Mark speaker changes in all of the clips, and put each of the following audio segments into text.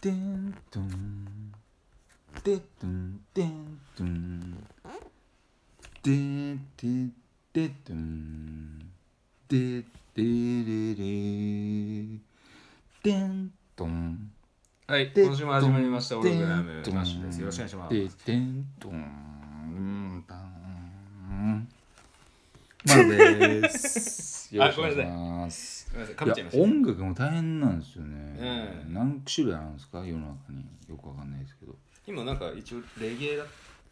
Speaker 1: でんとんでとんでんとんでででとんででれれでんとん
Speaker 2: はい、
Speaker 1: で
Speaker 2: 今週も始まりました。オログラム、
Speaker 1: でん
Speaker 2: マッシュです。よろしくお願いします。
Speaker 1: ででんとんばんマロです。
Speaker 2: あごめんなさ
Speaker 1: よろし
Speaker 2: い
Speaker 1: くお願いします。
Speaker 2: すみません、
Speaker 1: い
Speaker 2: かぶ
Speaker 1: や
Speaker 2: っちゃいました。
Speaker 1: 音楽も大変なんですよね、
Speaker 2: うん
Speaker 1: 何種類あるんですか世の中によくわかんないですけど
Speaker 2: 今なんか一応レゲエだっ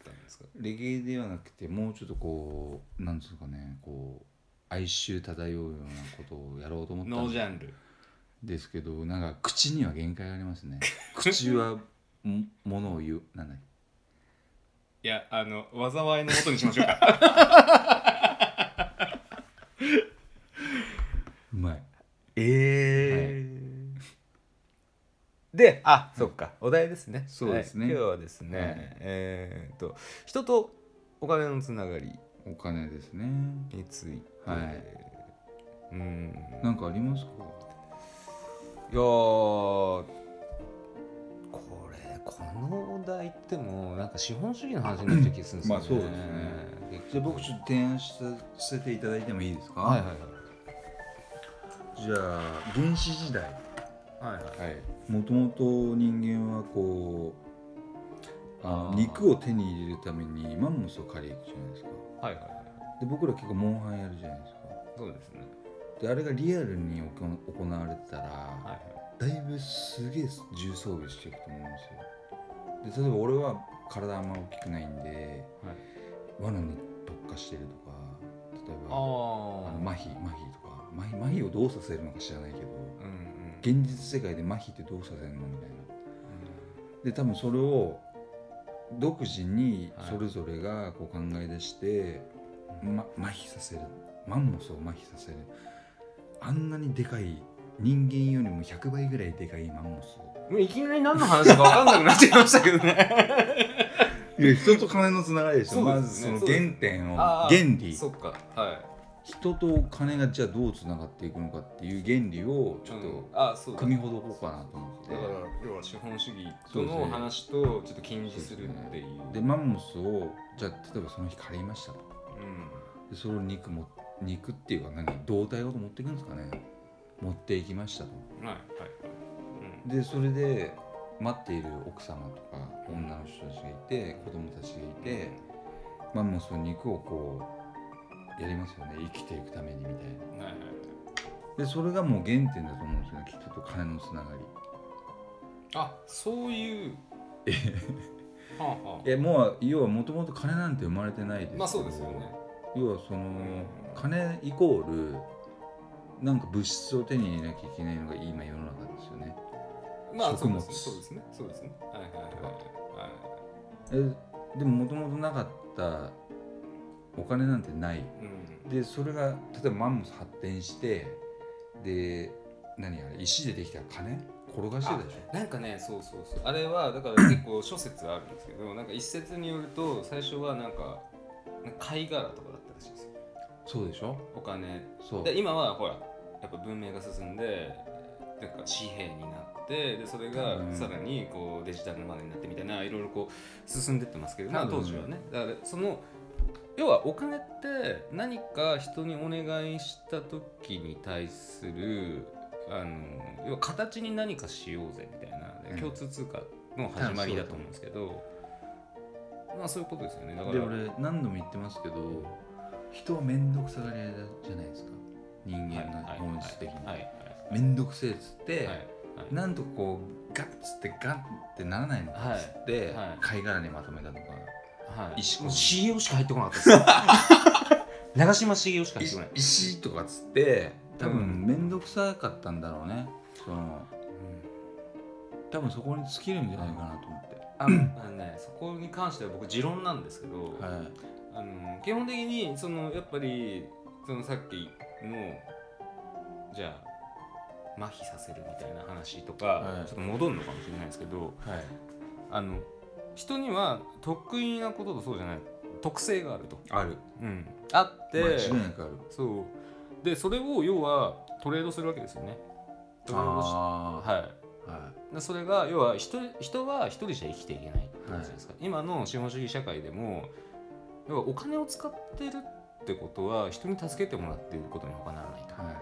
Speaker 2: たんですか。
Speaker 1: レゲエではなくてもうちょっとこうなんですかねこう哀愁漂うようなことをやろうと思
Speaker 2: ノージ
Speaker 1: った
Speaker 2: ャ
Speaker 1: ん
Speaker 2: ンル。
Speaker 1: ですけどなんか口には限界がありますね口はもものを言うなんだっけ
Speaker 2: いや、あの災いのことにしましょうか。
Speaker 1: うまい
Speaker 2: ええ。で、あ、そっか、お題ですね。
Speaker 1: そうですね
Speaker 2: はい今日はですね、
Speaker 1: はい
Speaker 2: えーっと、人とお金のつながり
Speaker 1: お金ですね
Speaker 2: について。
Speaker 1: はい
Speaker 2: うん。
Speaker 1: なんかありますか
Speaker 2: いやーこれこのお題ってもうなんか資本主義の話になっちゃう気がするんですよね。
Speaker 1: まあそうですねじゃあ僕ちょっと提案したさせていただいてもいいですか、
Speaker 2: はいはい
Speaker 1: じゃあ原始時代
Speaker 2: はいはいはい。
Speaker 1: はい、もともと人間はこうあ
Speaker 2: あー
Speaker 1: 肉を手に入れるためにマンモスを狩りに行くじゃないですか
Speaker 2: はいはいはい。
Speaker 1: で僕ら結構モンハンやるじゃないですか
Speaker 2: そうですね。
Speaker 1: であれがリアルに行行われてたら、
Speaker 2: はい
Speaker 1: だいぶすげえ重装備していくと思うんですよで例えば俺は体あんま大きくないんで、
Speaker 2: はい
Speaker 1: 罠に特化してるとか例えばあの
Speaker 2: ああ。
Speaker 1: 麻痺麻痺とか麻痺麻痺をどうさせるのか知らないけど
Speaker 2: うんうん。
Speaker 1: 現実世界で麻痺ってどうさせるのみたいなで多分それを独自に
Speaker 2: はい
Speaker 1: それぞれがこう考え出して、ま、麻痺させるマンモスを麻痺させるあんなにでかい人間よりも100倍ぐらいでかいマンモス
Speaker 2: もういきなり何の話か分かんなくなっちゃいましたけどね。
Speaker 1: いや人と金のつながりでしょ
Speaker 2: そう
Speaker 1: ま
Speaker 2: で
Speaker 1: ず
Speaker 2: す
Speaker 1: そ
Speaker 2: ね
Speaker 1: の
Speaker 2: そうです
Speaker 1: 原
Speaker 2: ね
Speaker 1: 点を
Speaker 2: あ
Speaker 1: 原
Speaker 2: ー
Speaker 1: 理
Speaker 2: そっか。はい。
Speaker 1: 人と金がじゃあどうつながっていくのかっていう原理をちょっ
Speaker 2: うん
Speaker 1: と
Speaker 2: あそうだ
Speaker 1: 組みほどこうかなと思って
Speaker 2: だから要は資本主義と
Speaker 1: そうです
Speaker 2: の
Speaker 1: ね
Speaker 2: 話とちょっと禁止するっていう。
Speaker 1: でマンモスをじゃあ例えばその日借りましたと
Speaker 2: うん。
Speaker 1: でその肉も肉っていうか何胴体ごと持っていくんですかね持っていきましたと
Speaker 2: はいはいはい。うん
Speaker 1: でそれで待っている奥様とか女の人たちがいて子供たちがいてまあもうその肉をこうやりますよね生きていくためにみたいな
Speaker 2: はいはいはい。
Speaker 1: でそれがもう原点だと思うんですよねきっと金のつなが
Speaker 2: あそういう。はあは
Speaker 1: りえもう要はもともと金なんて生まれてないですけ
Speaker 2: あ、
Speaker 1: ど
Speaker 2: まあそうですよね。
Speaker 1: 要はその金イコールなんか物質を手に入れなきゃいけないのが今世の中ですよね
Speaker 2: まあ
Speaker 1: 食物
Speaker 2: そうですね。そうですね。そうですねはいはいはいは
Speaker 1: えでももともとなかったお金なんてない
Speaker 2: い。うん。
Speaker 1: でそれが例えばマンモス発展してで何あれ石でできた金転がしてたでしょ
Speaker 2: なんかね、そうそうそう。あれはだから結構諸説あるんですけど、なんか一説によると最初はなんかなんか貝殻とかだったらしいですよ。
Speaker 1: そうでしょ
Speaker 2: お金。
Speaker 1: そう
Speaker 2: で今はほらやっぱ文明が進んで。なんか紙幣になってでそれが
Speaker 1: うん
Speaker 2: さらにこうデジタルマネーになってみたいないろいろこう進んでってますけど、まあ、
Speaker 1: 多分
Speaker 2: 当時はねだからその要はお金って何か人にお願いした時に対するあの要は形に何かしようぜみたいな
Speaker 1: うん
Speaker 2: 共通通貨の始まりだと思うんですけど、まあそういうことですよねだから
Speaker 1: で俺何度も言ってますけど人は面倒くさがり屋じゃないですか人間の
Speaker 2: はい
Speaker 1: 本質的に
Speaker 2: はいはい
Speaker 1: 面倒くせえっつって、
Speaker 2: はいはい
Speaker 1: なんとこうガッつってガンってならないのかっつって、
Speaker 2: はいはい
Speaker 1: 貝殻にまとめたとか
Speaker 2: はい、
Speaker 1: 石
Speaker 2: もう CEO しか入ってこなかった です長嶋茂雄しか入ってこない、
Speaker 1: 石とかっつって多
Speaker 2: う
Speaker 1: 分
Speaker 2: ん
Speaker 1: 面倒くさかったんだろうねその多分そこに尽きるんじゃないかなと思って、
Speaker 2: あのね、そこに関しては僕持論なんですけど、
Speaker 1: はい、
Speaker 2: あの基本的にそのやっぱりそのさっきのじゃあ麻痺させるみたいな話とか、
Speaker 1: はい
Speaker 2: ちょっと戻るのかもしれないですけど
Speaker 1: はい、
Speaker 2: あの人には得意なこととそうじゃない特性があると、
Speaker 1: ある
Speaker 2: うん、あって、
Speaker 1: 間違いなくある
Speaker 2: そうでそれを要はトレードするわけですよねトレードし
Speaker 1: あ
Speaker 2: は
Speaker 1: ーはい
Speaker 2: でそれが要は人人は一人じゃ生きていけないって感じですか、今の資本主義社会でも要はお金を使ってるってことは人に助けてもらっていることに他ならないと、
Speaker 1: はい
Speaker 2: うん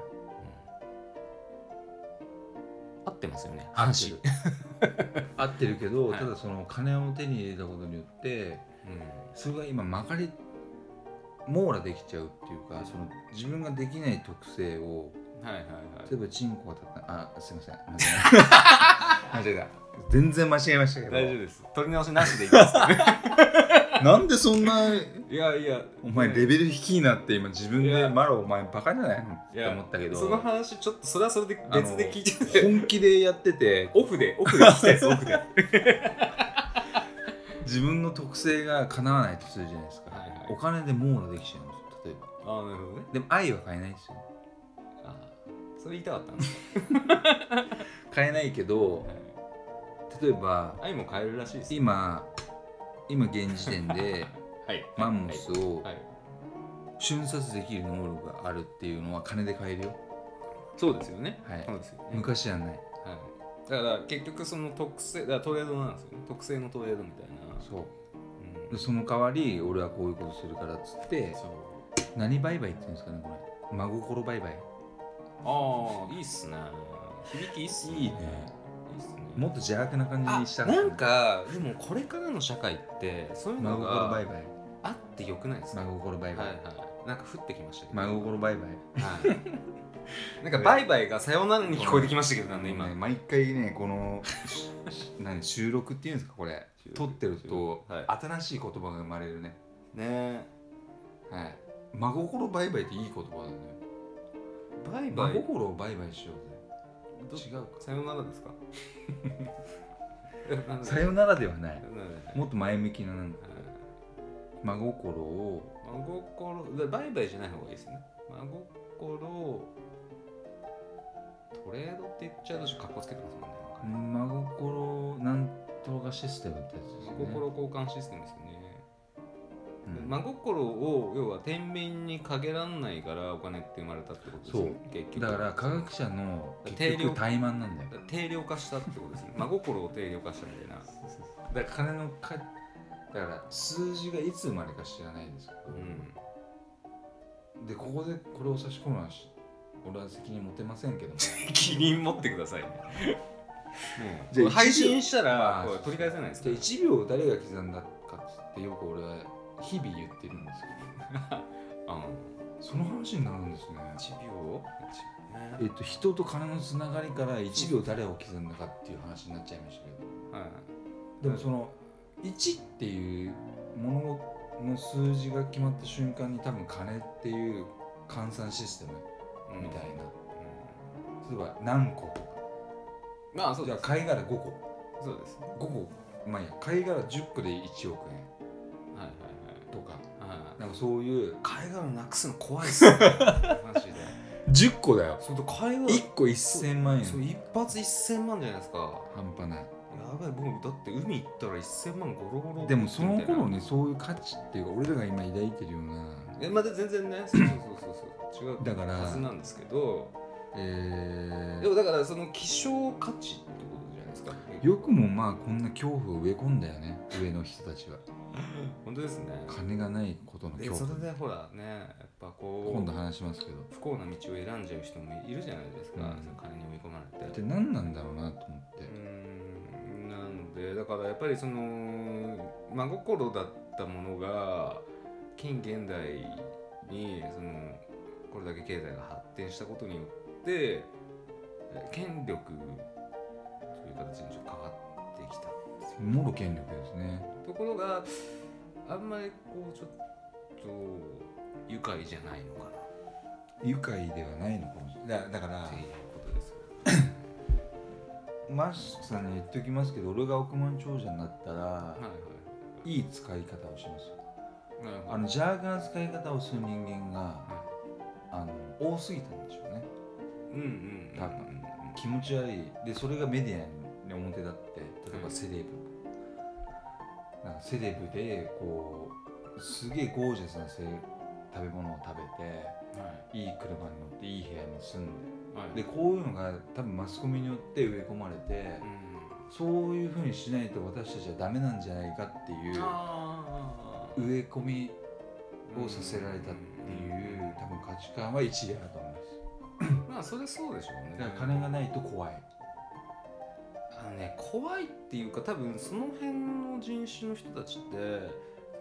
Speaker 2: 合ってますよね
Speaker 1: 合っ
Speaker 2: 話
Speaker 1: て、る 合ってるけど、
Speaker 2: はい
Speaker 1: ただその金を手に入れたことによって
Speaker 2: う
Speaker 1: それが今曲がり網羅できちゃうっていうかその自分ができない特性を
Speaker 2: ん、はいはい
Speaker 1: 例えばチンコが立ったあすい ません間違えた間違えた全然間違えましたけど
Speaker 2: はい大丈夫です取り直しなしでいきます ね
Speaker 1: なんでそんない
Speaker 2: やいや
Speaker 1: お前レベル低いなって今自分
Speaker 2: い
Speaker 1: で
Speaker 2: や
Speaker 1: マロお前バカじゃないのっ
Speaker 2: い
Speaker 1: て
Speaker 2: や
Speaker 1: 思ったけど
Speaker 2: その話ちょっとそれはそれで別で聞いてて
Speaker 1: 本気でやってて
Speaker 2: オフでオフで聞きたいですオフではい
Speaker 1: 自分の特性が叶わないとするじゃないですか、
Speaker 2: はい
Speaker 1: お金で網羅できちゃうんですよ例えば
Speaker 2: ああなるほどね
Speaker 1: でも愛は買えないですよ
Speaker 2: あーそれ言いたかったんですか、
Speaker 1: 買えないけど
Speaker 2: はい
Speaker 1: 例えば
Speaker 2: 愛も変えるらしいですよ
Speaker 1: 今今現時点で
Speaker 2: はい
Speaker 1: マンモスを
Speaker 2: はいはい
Speaker 1: 瞬殺できる能力があるっていうのは金で買えるよ
Speaker 2: そうですよね
Speaker 1: はい
Speaker 2: そうですよね
Speaker 1: 昔じゃない
Speaker 2: はい、だから結局その特性だからトレードなんですよね特性のトレードみたいな
Speaker 1: そう
Speaker 2: う
Speaker 1: で
Speaker 2: ん
Speaker 1: その代わり俺はこういうことするからっつって
Speaker 2: そう
Speaker 1: 何売買って言うんですかねこれ真心売買
Speaker 2: ああいいっすね響きいいっすね
Speaker 1: いいね
Speaker 2: いいっすね
Speaker 1: もっと邪悪な感じ
Speaker 2: あ
Speaker 1: にした
Speaker 2: なんかでもこれからの社会ってそういう
Speaker 1: 真
Speaker 2: の
Speaker 1: 心
Speaker 2: が
Speaker 1: 売買
Speaker 2: あってよくないですか
Speaker 1: 真
Speaker 2: は
Speaker 1: 心売
Speaker 2: いは
Speaker 1: 買
Speaker 2: いなんか降ってきましたけど
Speaker 1: 真 心売
Speaker 2: はいなんかバイバイがさよならに聞こえてきましたけどなんで
Speaker 1: 買
Speaker 2: 今
Speaker 1: ね毎回ねこの 何収録っていうんですかこれ
Speaker 2: 収録
Speaker 1: 撮ってると
Speaker 2: はい
Speaker 1: 新しい言葉が生まれるね
Speaker 2: ね
Speaker 1: はい真心売買っていい言葉だね
Speaker 2: バイバ
Speaker 1: 真
Speaker 2: イ
Speaker 1: 心を売買しよう
Speaker 2: ど
Speaker 1: ぜ違うか
Speaker 2: さよなら ですかなんで
Speaker 1: さよならではない
Speaker 2: なんで
Speaker 1: もっと前向きななんだ
Speaker 2: はい
Speaker 1: 真心を
Speaker 2: 真心でバイバイじゃない方がいいですね真心をトレードって言っちゃうとちょっとかっこつけてますもんねなんかね
Speaker 1: 真心なんとかシステムってやつですよね
Speaker 2: 真心交換システムですよね、
Speaker 1: うん
Speaker 2: 真心を要は天秤にかけらんないからお金って生まれたってことですよね結局
Speaker 1: だから科学者の
Speaker 2: 定
Speaker 1: 結
Speaker 2: 量
Speaker 1: 局怠慢なんだよ
Speaker 2: 定量化したってことですね真心を定量化したみたいな
Speaker 1: だから金のかだから数字がいつ生まれか知らないんですけ
Speaker 2: う
Speaker 1: ど、
Speaker 2: ん
Speaker 1: でここでこれを差し込むのはし俺は責任持てませんけども
Speaker 2: キリン持ってくださいね
Speaker 1: じゃ
Speaker 2: も
Speaker 1: あ
Speaker 2: う配信した
Speaker 1: あ
Speaker 2: ら
Speaker 1: ー
Speaker 2: これ取り返せないです
Speaker 1: じゃ
Speaker 2: か
Speaker 1: あ1
Speaker 2: ら
Speaker 1: 秒を誰が刻んだかってよく俺は日々言ってるんです
Speaker 2: あ
Speaker 1: けどその話になるんですね
Speaker 2: 1秒
Speaker 1: えっと人と金のつながりから1秒誰を刻んだかっていう話になっちゃいましたけど
Speaker 2: はい
Speaker 1: でもその1っていうものの数字が決まった瞬間に多分金っていう換算システムみたいな、例えば何個とか
Speaker 2: うんまあそう
Speaker 1: じゃ
Speaker 2: で
Speaker 1: あ
Speaker 2: す
Speaker 1: 貝殻5個
Speaker 2: そうです
Speaker 1: 5個まあいいや貝殻10個で1億円
Speaker 2: はいはい
Speaker 1: とか
Speaker 2: はいは い
Speaker 1: なんかそういう
Speaker 2: 貝殻なくすの怖いっすよねマジで
Speaker 1: 10個だよ
Speaker 2: それと貝殻
Speaker 1: 1個1000万円
Speaker 2: そう一発1000万じゃないですか
Speaker 1: 半端ない
Speaker 2: やばい僕だって海行ったら1000万ゴロゴロ
Speaker 1: でもその
Speaker 2: みたいな
Speaker 1: 頃ねそういう価値っていうか俺らが今抱いてるような
Speaker 2: えまだ全然ねそうそうそうそうそう違う
Speaker 1: だから
Speaker 2: はずなんですけど
Speaker 1: え
Speaker 2: で
Speaker 1: ー
Speaker 2: もだからその希少価値ってことじゃないですか
Speaker 1: よくもまあこんな恐怖を植え込んだよね上の人たちは
Speaker 2: 本当ですね
Speaker 1: 金がないことの
Speaker 2: で
Speaker 1: 恐
Speaker 2: そ
Speaker 1: 怖
Speaker 2: れでほらねやっぱこう
Speaker 1: 今度話しますけど
Speaker 2: 不幸な道を選んじゃう人もいるじゃないですか、
Speaker 1: うん
Speaker 2: その金に追い込まれて。
Speaker 1: で何なんだろうなと思って
Speaker 2: う、ーんなのでだからやっぱりその真心だったものが近現代にそのこれだけ経済が発展したことによってえ権力という形にちょっと変わってきたんですよ
Speaker 1: もろ権力ですね
Speaker 2: ところがあんまりこうちょっと愉快じゃないのか
Speaker 1: 愉快ではないのかもしれないだだから
Speaker 2: なっていうことですよ
Speaker 1: マスさんに言っておきますけど俺が億万長者になったら
Speaker 2: はいはい
Speaker 1: い使い方をしますよ
Speaker 2: いなるほど
Speaker 1: あの邪悪な使い方をする人間が
Speaker 2: は
Speaker 1: あの多すぎたんでしょうね
Speaker 2: いうんうんうん
Speaker 1: 多分気持ち悪いでそれがメディアに表立って例えばセレブ、なんかセレブでこうすげえゴージャスなせ食べ物を食べて
Speaker 2: はい
Speaker 1: いい車に乗っていい部屋に住んで
Speaker 2: はい
Speaker 1: でこういうのが多分マスコミによって植え込まれて
Speaker 2: うん
Speaker 1: そういうふうにしないと私たちはダメなんじゃないかっていう
Speaker 2: あー
Speaker 1: 植え込みをさせられたっていう多分価値観は一理あると思います
Speaker 2: まあそれそうでしょうね
Speaker 1: だから金がないと怖い
Speaker 2: あのね怖いっていうか多分その辺の人種の人たちって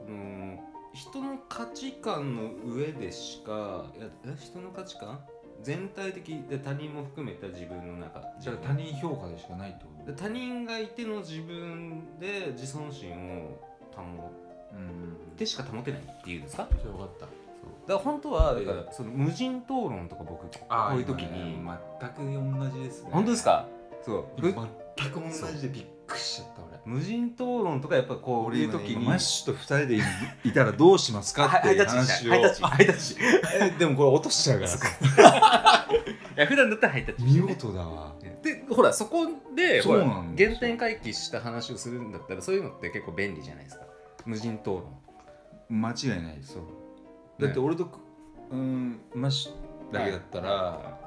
Speaker 2: その人の価値観の上でしかいやえ人の価値観全体的で他人も含めた自分の中
Speaker 1: じゃあ他人評価でしかないってこと
Speaker 2: で他人がいての自分で自尊心を保
Speaker 1: うん
Speaker 2: ってしか保てないっていうんですか
Speaker 1: それ分かった
Speaker 2: だから本当はだか
Speaker 1: え
Speaker 2: らその無人討論とか僕こういう時に、
Speaker 1: 今ね全く同じですね
Speaker 2: 本当ですかそう
Speaker 1: 全
Speaker 2: 僕
Speaker 1: く同じでびっくりしちゃった俺
Speaker 2: 無人討論とかやっぱこう
Speaker 1: 俺
Speaker 2: いう
Speaker 1: 今ね
Speaker 2: 時に
Speaker 1: マッシュと二人でいいたらどうしますか
Speaker 2: は
Speaker 1: っ
Speaker 2: い
Speaker 1: て
Speaker 2: ハ
Speaker 1: い
Speaker 2: イタ
Speaker 1: う
Speaker 2: ッチ
Speaker 1: 話
Speaker 2: した
Speaker 1: を
Speaker 2: いハイタッチハイタッチい
Speaker 1: えでもこれ落としちゃうから
Speaker 2: や普段だったらハイタッチ
Speaker 1: 見事だわ
Speaker 2: でほらそこで
Speaker 1: そう
Speaker 2: ほら
Speaker 1: なんですよ
Speaker 2: 原点回帰した話をするんだったらそういうのって結構便利じゃないですか無人討論
Speaker 1: 間違いないです
Speaker 2: そう
Speaker 1: だって俺とくうんマッシュだけだったら、
Speaker 2: はいま
Speaker 1: あ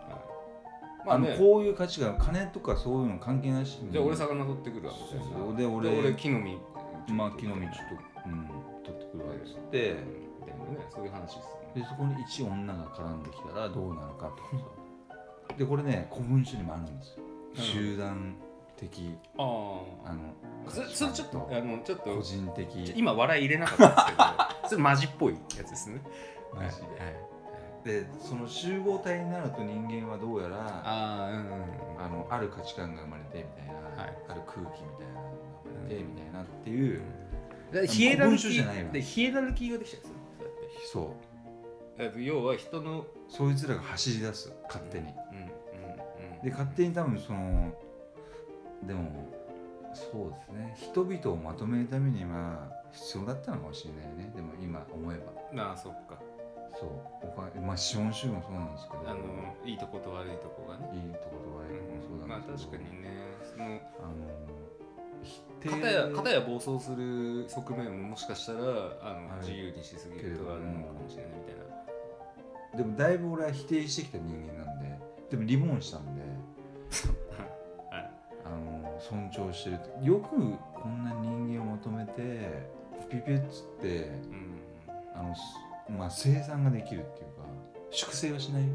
Speaker 2: あ
Speaker 1: の
Speaker 2: ね
Speaker 1: こういう価値が金とかそういうの関係なしに
Speaker 2: じゃあ俺魚取ってくるわみたい
Speaker 1: そうそう
Speaker 2: な
Speaker 1: で俺
Speaker 2: 俺木の実
Speaker 1: まあ木の実ちょっと、うん、取ってくるわけで
Speaker 2: みたいなねそういう話ですよね
Speaker 1: でそこに一女が絡んできたらどうなるかとかさでこれね古文書にもあるんですよ
Speaker 2: うん
Speaker 1: 集団的
Speaker 2: あ
Speaker 1: あの
Speaker 2: あそそれちょっとあのちょっ
Speaker 1: 個
Speaker 2: と
Speaker 1: 人的
Speaker 2: 今笑い入れなかった ですけどそれマジっぽいやつですね
Speaker 1: マジ
Speaker 2: はいはい
Speaker 1: ででその集合体になると人間はどうやらあ
Speaker 2: ああうんうんうん
Speaker 1: のある価値観が生まれてみたいな、
Speaker 2: はい
Speaker 1: ある空気みたいなのが生まれてみたいなっていう、
Speaker 2: でヒエラ
Speaker 1: 古
Speaker 2: ルキ
Speaker 1: 文書じゃないわ
Speaker 2: ーでヒエラルキーができちゃうんですよそう
Speaker 1: そう
Speaker 2: やってだって要は人の
Speaker 1: そいつらが走り出す勝手に、
Speaker 2: うんうんうん
Speaker 1: で勝手に多分そのでもそうですね人々をまとめるためには必要だったのかもしれないねでも今思えば
Speaker 2: なあそっか
Speaker 1: そうお金まあ資本主義もそうなんですけど
Speaker 2: あのいいとこと悪いとこがね
Speaker 1: いいとこと悪いとこもそうな
Speaker 2: まあ
Speaker 1: んで
Speaker 2: 確
Speaker 1: す
Speaker 2: か
Speaker 1: けど、
Speaker 2: にねその
Speaker 1: あの否定
Speaker 2: 片や片や暴走する側面ももしかしたらあの、
Speaker 1: はい
Speaker 2: 自由にしすぎることがあるのかもしれないみたいな
Speaker 1: でもだいぶ俺は否定してきた人間なんででもリボンしたんで
Speaker 2: はい
Speaker 1: あの尊重してるとよくこんな人間をまとめてピペッツって
Speaker 2: うん
Speaker 1: あの、すまあ、生産ができるっていうか粛清はしないよ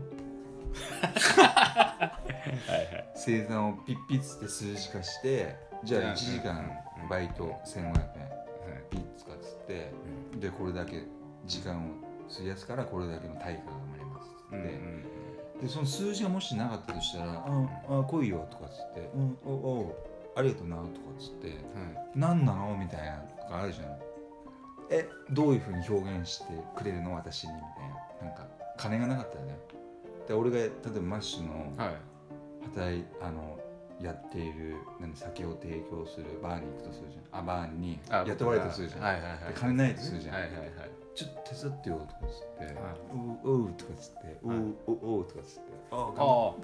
Speaker 2: はいはい
Speaker 1: 生産をピッピッつって数字化してじゃあ1
Speaker 2: じゃ
Speaker 1: 時
Speaker 2: あ
Speaker 1: 間
Speaker 2: うん
Speaker 1: バイト1500円ピッつかっつってでこれだけ時間を費やすからこれだけの対価が生まれますっつって、
Speaker 2: うんうん
Speaker 1: でその数字がもしなかったとしたら「ああ来いよ」とかっつって「うんおおありがとうな」とかっつって
Speaker 2: うんはい
Speaker 1: 「何なの?」みたいなとかあるじゃんえどういうふうに表現してくれるの私にみたいななんか金がなかったらねで俺が例えばマッシュの
Speaker 2: はい
Speaker 1: 働いあのやっている何酒を提供するバーに行くとするじゃんあバーに
Speaker 2: あ
Speaker 1: 雇われたとするじゃん、
Speaker 2: はいはいはい
Speaker 1: で金ないとするじゃん、
Speaker 2: はいはいはい
Speaker 1: ちょっと手伝ってよとかっつって「
Speaker 2: はい
Speaker 1: おうおう」とかっつって「おうおうおう」とかっつって「ああ
Speaker 2: あ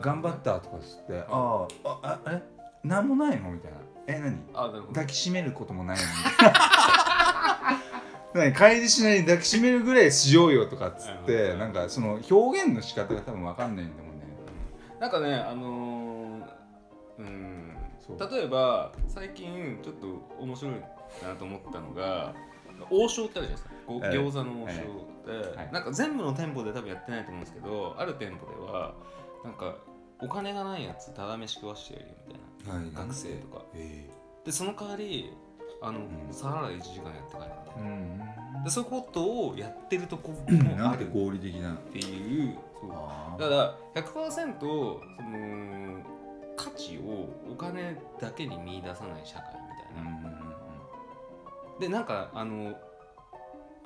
Speaker 1: 頑張ったとかっつって、ああ、あ、あえ、なんもないのみたいな。え、何
Speaker 2: ああなるほど
Speaker 1: 抱きしめることもないのに。何帰りし ないで抱きしめるぐらいしようよとかっつっ
Speaker 2: うん
Speaker 1: て、
Speaker 2: うん
Speaker 1: なんかその表現の仕方が多分わかんないんだもんね。
Speaker 2: なんかねあのーうん
Speaker 1: そう
Speaker 2: 例えば最近ちょっと面白いなと思ったのが王将ってあるじゃないですかこう
Speaker 1: はい
Speaker 2: 餃子の王将って、
Speaker 1: はい
Speaker 2: なんか全部の店舗で多分やってないと思うんですけどある店舗ではなんかお金がないやつただ飯食わしてやるよみたい
Speaker 1: はい
Speaker 2: な学生とか
Speaker 1: え
Speaker 2: でその代わりあの、
Speaker 1: ん
Speaker 2: 皿洗い1時間やって帰るみたい
Speaker 1: え
Speaker 2: な、
Speaker 1: うん。
Speaker 2: でそういうことをやってるとこも
Speaker 1: な
Speaker 2: あ
Speaker 1: んて
Speaker 2: るっ
Speaker 1: 合理的な。
Speaker 2: ていうそう
Speaker 1: あ
Speaker 2: だから100%その価値をお金だけに見出さない社会み
Speaker 1: う
Speaker 2: たいな、
Speaker 1: ん
Speaker 2: でなんかあの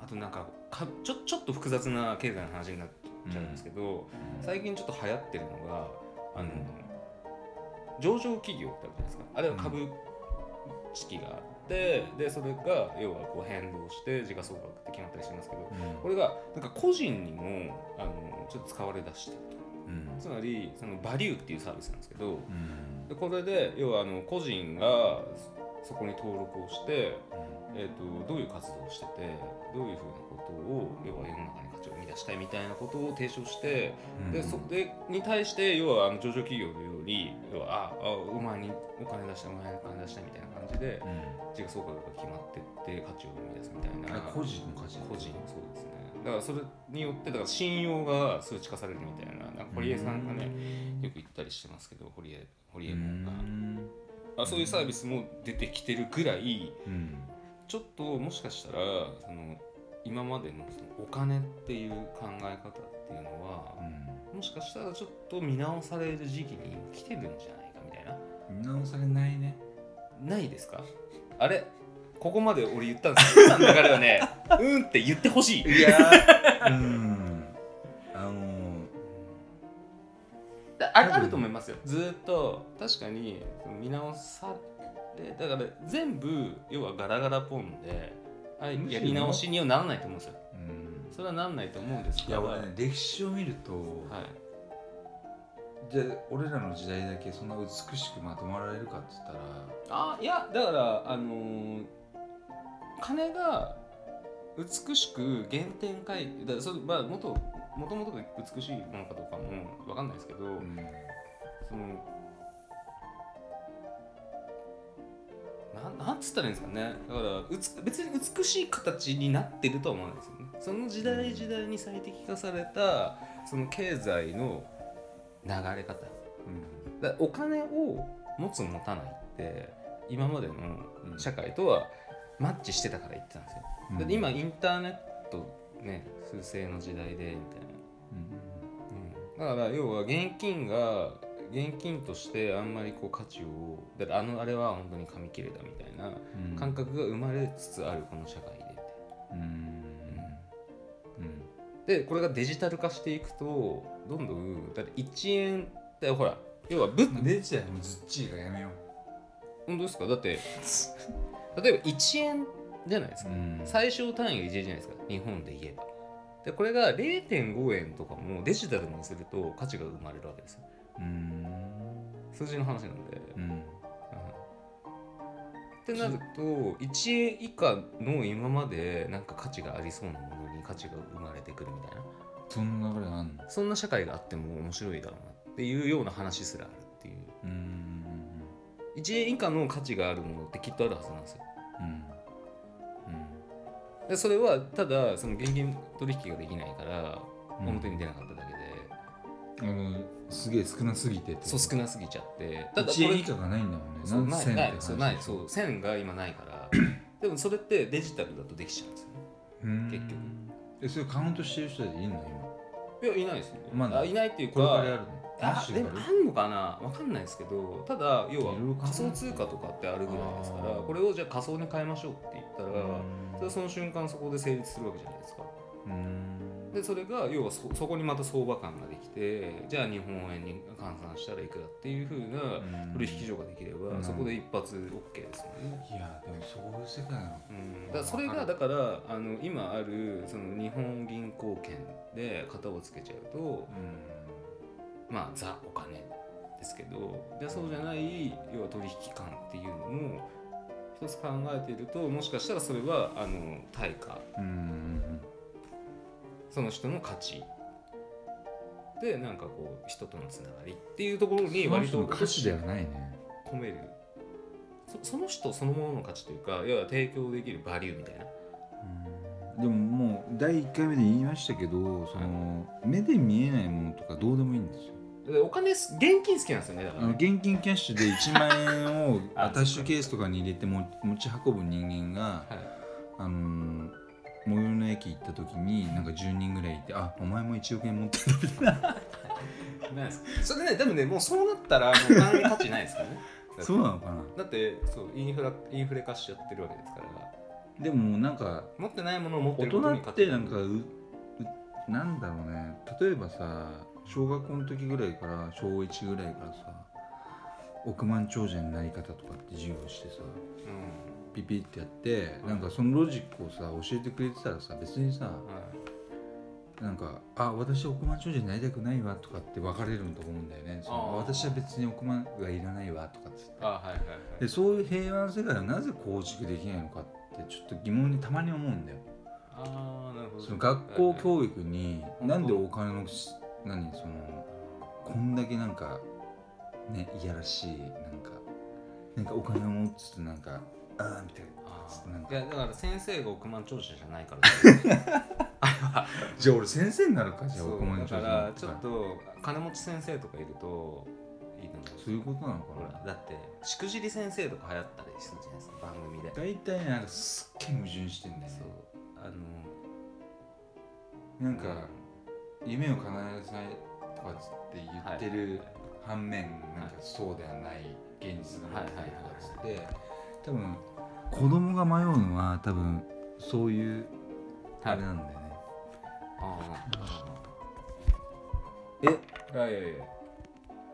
Speaker 2: あとなんかかちょちょっと複雑な経済の話になっちゃうんですけど、最近ちょっと流行ってるのがあの、
Speaker 1: うん
Speaker 2: 上場企業ってあるじゃないですかあれは株式があって、でそれが要はこう変動して時価総額って決まったりしますけど
Speaker 1: うん
Speaker 2: これがなんか個人にもあのちょっと使われだしてる
Speaker 1: うん
Speaker 2: つまりそのバリューっていうサービスなんですけど
Speaker 1: うん
Speaker 2: でこれで要はあの個人がそそこに登録をして
Speaker 1: うん
Speaker 2: えー、とどういう活動をしててどういうふうなことを要は世の中に価値を生み出したいみたいなことを提唱して、でそれに対して要はあの上場企業のように要はああ馬にお金出した馬にお金出したみたいな感じで
Speaker 1: うん
Speaker 2: 自己総額が決まってって価値を生み出すみたいな
Speaker 1: あ個人の価値
Speaker 2: 個人そうですねだからそれによってだから信用が数値化されるみたいななんか堀江さんがねよく言ったりしてますけど堀江堀江門が
Speaker 1: うん
Speaker 2: あそういうサービスも出てきてるくらい
Speaker 1: うん
Speaker 2: ちょっともしかしたらその今までのそのお金っていう考え方っていうのは、もしかしたらちょっと見直される時期に来てるんじゃないかみたいな
Speaker 1: うん見直されないね
Speaker 2: ないですかあれここまで俺言ったんですよ今 の流れはねうんって言ってほしい
Speaker 1: いやうんあの
Speaker 2: だああると思いますよずーっと確かにその見直されだから全部要はガラガラポンで、はい、やり直しにはならないと思うんですよ
Speaker 1: うん
Speaker 2: それはならないと思うんです
Speaker 1: い
Speaker 2: け
Speaker 1: や
Speaker 2: ど
Speaker 1: 俺ね歴史を見ると、
Speaker 2: はい
Speaker 1: じゃあ俺らの時代だけそんな美しくまとまられるかって言ったら
Speaker 2: あいやだからあのー金が美しく原点回帰だからそれまあ元もともとが美しいものかどうかもわかんないですけど、
Speaker 1: うん
Speaker 2: そのなんなんつったらいいんですかねだからうつ別に美しい形になってるとは思わないですよねその時代時代に最適化されたその経済の流れ方だからお金を持つ持たないって今までの社会とはマッチしてたから言ってたんですよ、
Speaker 1: うん
Speaker 2: だって今インターネットね数勢の時代でみたいな
Speaker 1: うん
Speaker 2: だから要は現金が現金としてあんまりこう価値をだからあのあれは本当に紙切れだみたいな
Speaker 1: うん
Speaker 2: 感覚が生まれつつあるこの社会で
Speaker 1: うんうん
Speaker 2: でこれがデジタル化していくとどんどんだって1円ってほら要は物
Speaker 1: うんデジタルもずっちいがやめよ
Speaker 2: 本当ですかだって例えば1円じゃないです
Speaker 1: う、
Speaker 2: か、
Speaker 1: ん
Speaker 2: 最小単位が1円じゃないですか日本で言えばでこれが0.5円とかもデジタルにすると価値が生まれるわけですよ
Speaker 1: うん
Speaker 2: 数字の話なんで、
Speaker 1: うん
Speaker 2: ってなると1円以下の今までなんか価値がありそうなものに価値が生まれてくるみたいな
Speaker 1: そんな流れがあんの
Speaker 2: そんな社会があっても面白いだろうなっていうような話すらあるっていう
Speaker 1: うん
Speaker 2: 1円以下の価値があるものってきっとあるはずなんですよ
Speaker 1: うん
Speaker 2: でそれはただその現金取引ができないから
Speaker 1: うん
Speaker 2: 表に出なかっただけで、
Speaker 1: うんあのすげえ少なすぎてって
Speaker 2: そう少なすぎちゃってただこ
Speaker 1: 1
Speaker 2: れ
Speaker 1: 円以下がないんだもんね
Speaker 2: そう
Speaker 1: 何
Speaker 2: ない
Speaker 1: 千
Speaker 2: な
Speaker 1: っ
Speaker 2: い
Speaker 1: て
Speaker 2: そう
Speaker 1: 話
Speaker 2: ないそう線が今ないから でもそれってデジタルだとできちゃうんですよね
Speaker 1: うん
Speaker 2: 結局
Speaker 1: えそれカウントしてる人たちいんの
Speaker 2: いやいないですよね、
Speaker 1: まだ
Speaker 2: あいないっていう
Speaker 1: 今こ
Speaker 2: か
Speaker 1: れからやるのマッ
Speaker 2: あ
Speaker 1: シュ
Speaker 2: で
Speaker 1: が
Speaker 2: も
Speaker 1: ある
Speaker 2: あんのかなわかんないですけどただ要
Speaker 1: いろいろ
Speaker 2: は
Speaker 1: 考えて
Speaker 2: 仮想通貨とかってあるぐらいですから
Speaker 1: あー
Speaker 2: これをじゃあ仮想に変えましょうって言ったら、それは
Speaker 1: う
Speaker 2: その瞬間そこで成立するわけじゃないですか
Speaker 1: ん
Speaker 2: でそれが要はそそこにまた相場感ができてじゃあ日本円に換算したらいくらっていうふうな取引所ができれば、
Speaker 1: うん
Speaker 2: そこで一発 OK ですもんね、
Speaker 1: いやでもそういう世界なの
Speaker 2: うん、だからそれがだからあの今あるその日本銀行券で型をつけちゃうとまあ、ザ・お金ですけどでそうじゃない要は取引感っていうのも一つ考えているともしかしたらそれはあの対価
Speaker 1: うん
Speaker 2: その人の価値でなんかこう人とのつながりっていうところに割と
Speaker 1: 歌詞ではないね
Speaker 2: 込めるそその人そのものの価値というか要は提供できるバリューみたいな
Speaker 1: でももう第1回目で言いましたけどその目で見えないものとかどうでもいいんですよ
Speaker 2: でお金す現金好きなんですよねだか
Speaker 1: あ
Speaker 2: ら
Speaker 1: の
Speaker 2: ね
Speaker 1: 現金キャッシュで1万円を
Speaker 2: あ
Speaker 1: アタッシュケースとかに入れても持ち運ぶ人間が、
Speaker 2: はい
Speaker 1: あのー最寄りの駅行った時になんか10人ぐらいいて「あお前も1億円持ってる」みたいな
Speaker 2: ないですそれでねでもねもうそうなったらもうお金に価値ないですからね
Speaker 1: そうなのかな
Speaker 2: だってそうインフラインフレ化しちゃってるわけですから
Speaker 1: でもなんか
Speaker 2: 持ってないものを持って
Speaker 1: 大
Speaker 2: ることに
Speaker 1: 人ってなん
Speaker 2: か
Speaker 1: かううなんだろうね例えばさ小学校の時ぐらいから小1ぐらいからさ億万長者になり方とかって授業してさ
Speaker 2: うん
Speaker 1: ピピってやってなんかそのロジックをさ教えてくれてたらさ別にさ
Speaker 2: は
Speaker 1: なんか「あ私億万長者になりたくないわ」とかって分かれると思うんだよね「その
Speaker 2: あー
Speaker 1: 私は別に億万がいらないわ」とかっつって
Speaker 2: あはいはいはい
Speaker 1: でそういう平和な世界がなぜ構築できないのかってちょっと疑問にたまに思うんだよ。
Speaker 2: ああなるほど
Speaker 1: その学校
Speaker 2: 育
Speaker 1: 教育に
Speaker 2: うん
Speaker 1: なんでお金のし何そのこんだけなんかねいやらしいなんかなんかお金を持つとなんかああみたいななん
Speaker 2: い
Speaker 1: か
Speaker 2: やだから先生が億万長者じゃないから
Speaker 1: じゃあ俺先生になるかじゃあ
Speaker 2: そ
Speaker 1: 億万
Speaker 2: うだ
Speaker 1: 長者にな
Speaker 2: から
Speaker 1: た
Speaker 2: ちょっと金持ち先生とかいるといいと思う
Speaker 1: そういうことなの
Speaker 2: ほ
Speaker 1: からな
Speaker 2: だってしくじり先生とか流行ったりするじゃないですか番組で
Speaker 1: 大体なんかすっげえ矛盾してんだよね
Speaker 2: そうあの
Speaker 1: なんか夢を叶えなさいとかっつって言ってる反面なんかそうではない現実の問題とかっつって多分子供が迷うのは多分そういう
Speaker 2: はい
Speaker 1: あれなんだよね、
Speaker 2: ああいやいやいや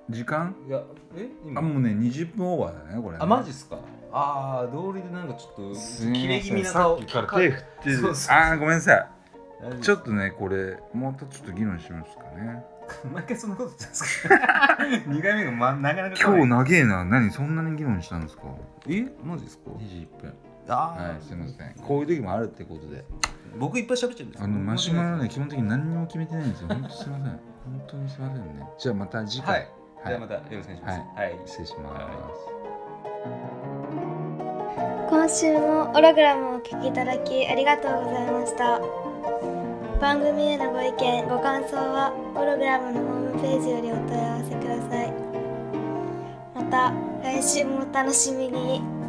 Speaker 1: 時間
Speaker 2: いやえ今
Speaker 1: あもうね20分オーバーだねこれね
Speaker 2: あマジっすかああ道理でなんかちょっと
Speaker 1: すいません
Speaker 2: 切れ気味な顔
Speaker 1: さっきから手振ってる
Speaker 2: そうそうそう
Speaker 1: ああごめんなさい
Speaker 2: 大丈夫
Speaker 1: ちょっとねこれもうちょっと議論しますかね
Speaker 2: 毎回そんなこと言ってんですか 二回目が、ま、なかなか
Speaker 1: 今日
Speaker 2: 日
Speaker 1: 長えな何そんなに議論したんですか
Speaker 2: えマジですか
Speaker 1: 21分
Speaker 2: あー
Speaker 1: はいすいませんこういう時もあるってことで
Speaker 2: 僕いっぱい喋っちゃうんです
Speaker 1: あのマシュマロね基本的に何にも決めてないんですよ。本当すいません。本当にすいませんね。じゃあまた次
Speaker 2: は
Speaker 1: 回
Speaker 2: い。じゃあまたよろしくお願いしますはい
Speaker 1: 失礼します。
Speaker 3: 今週もオログラムをお聞きいただきありがとうございました番組へのご意見ご感想はオログラムのホームページよりお問い合わせくださいまた来週もお楽しみに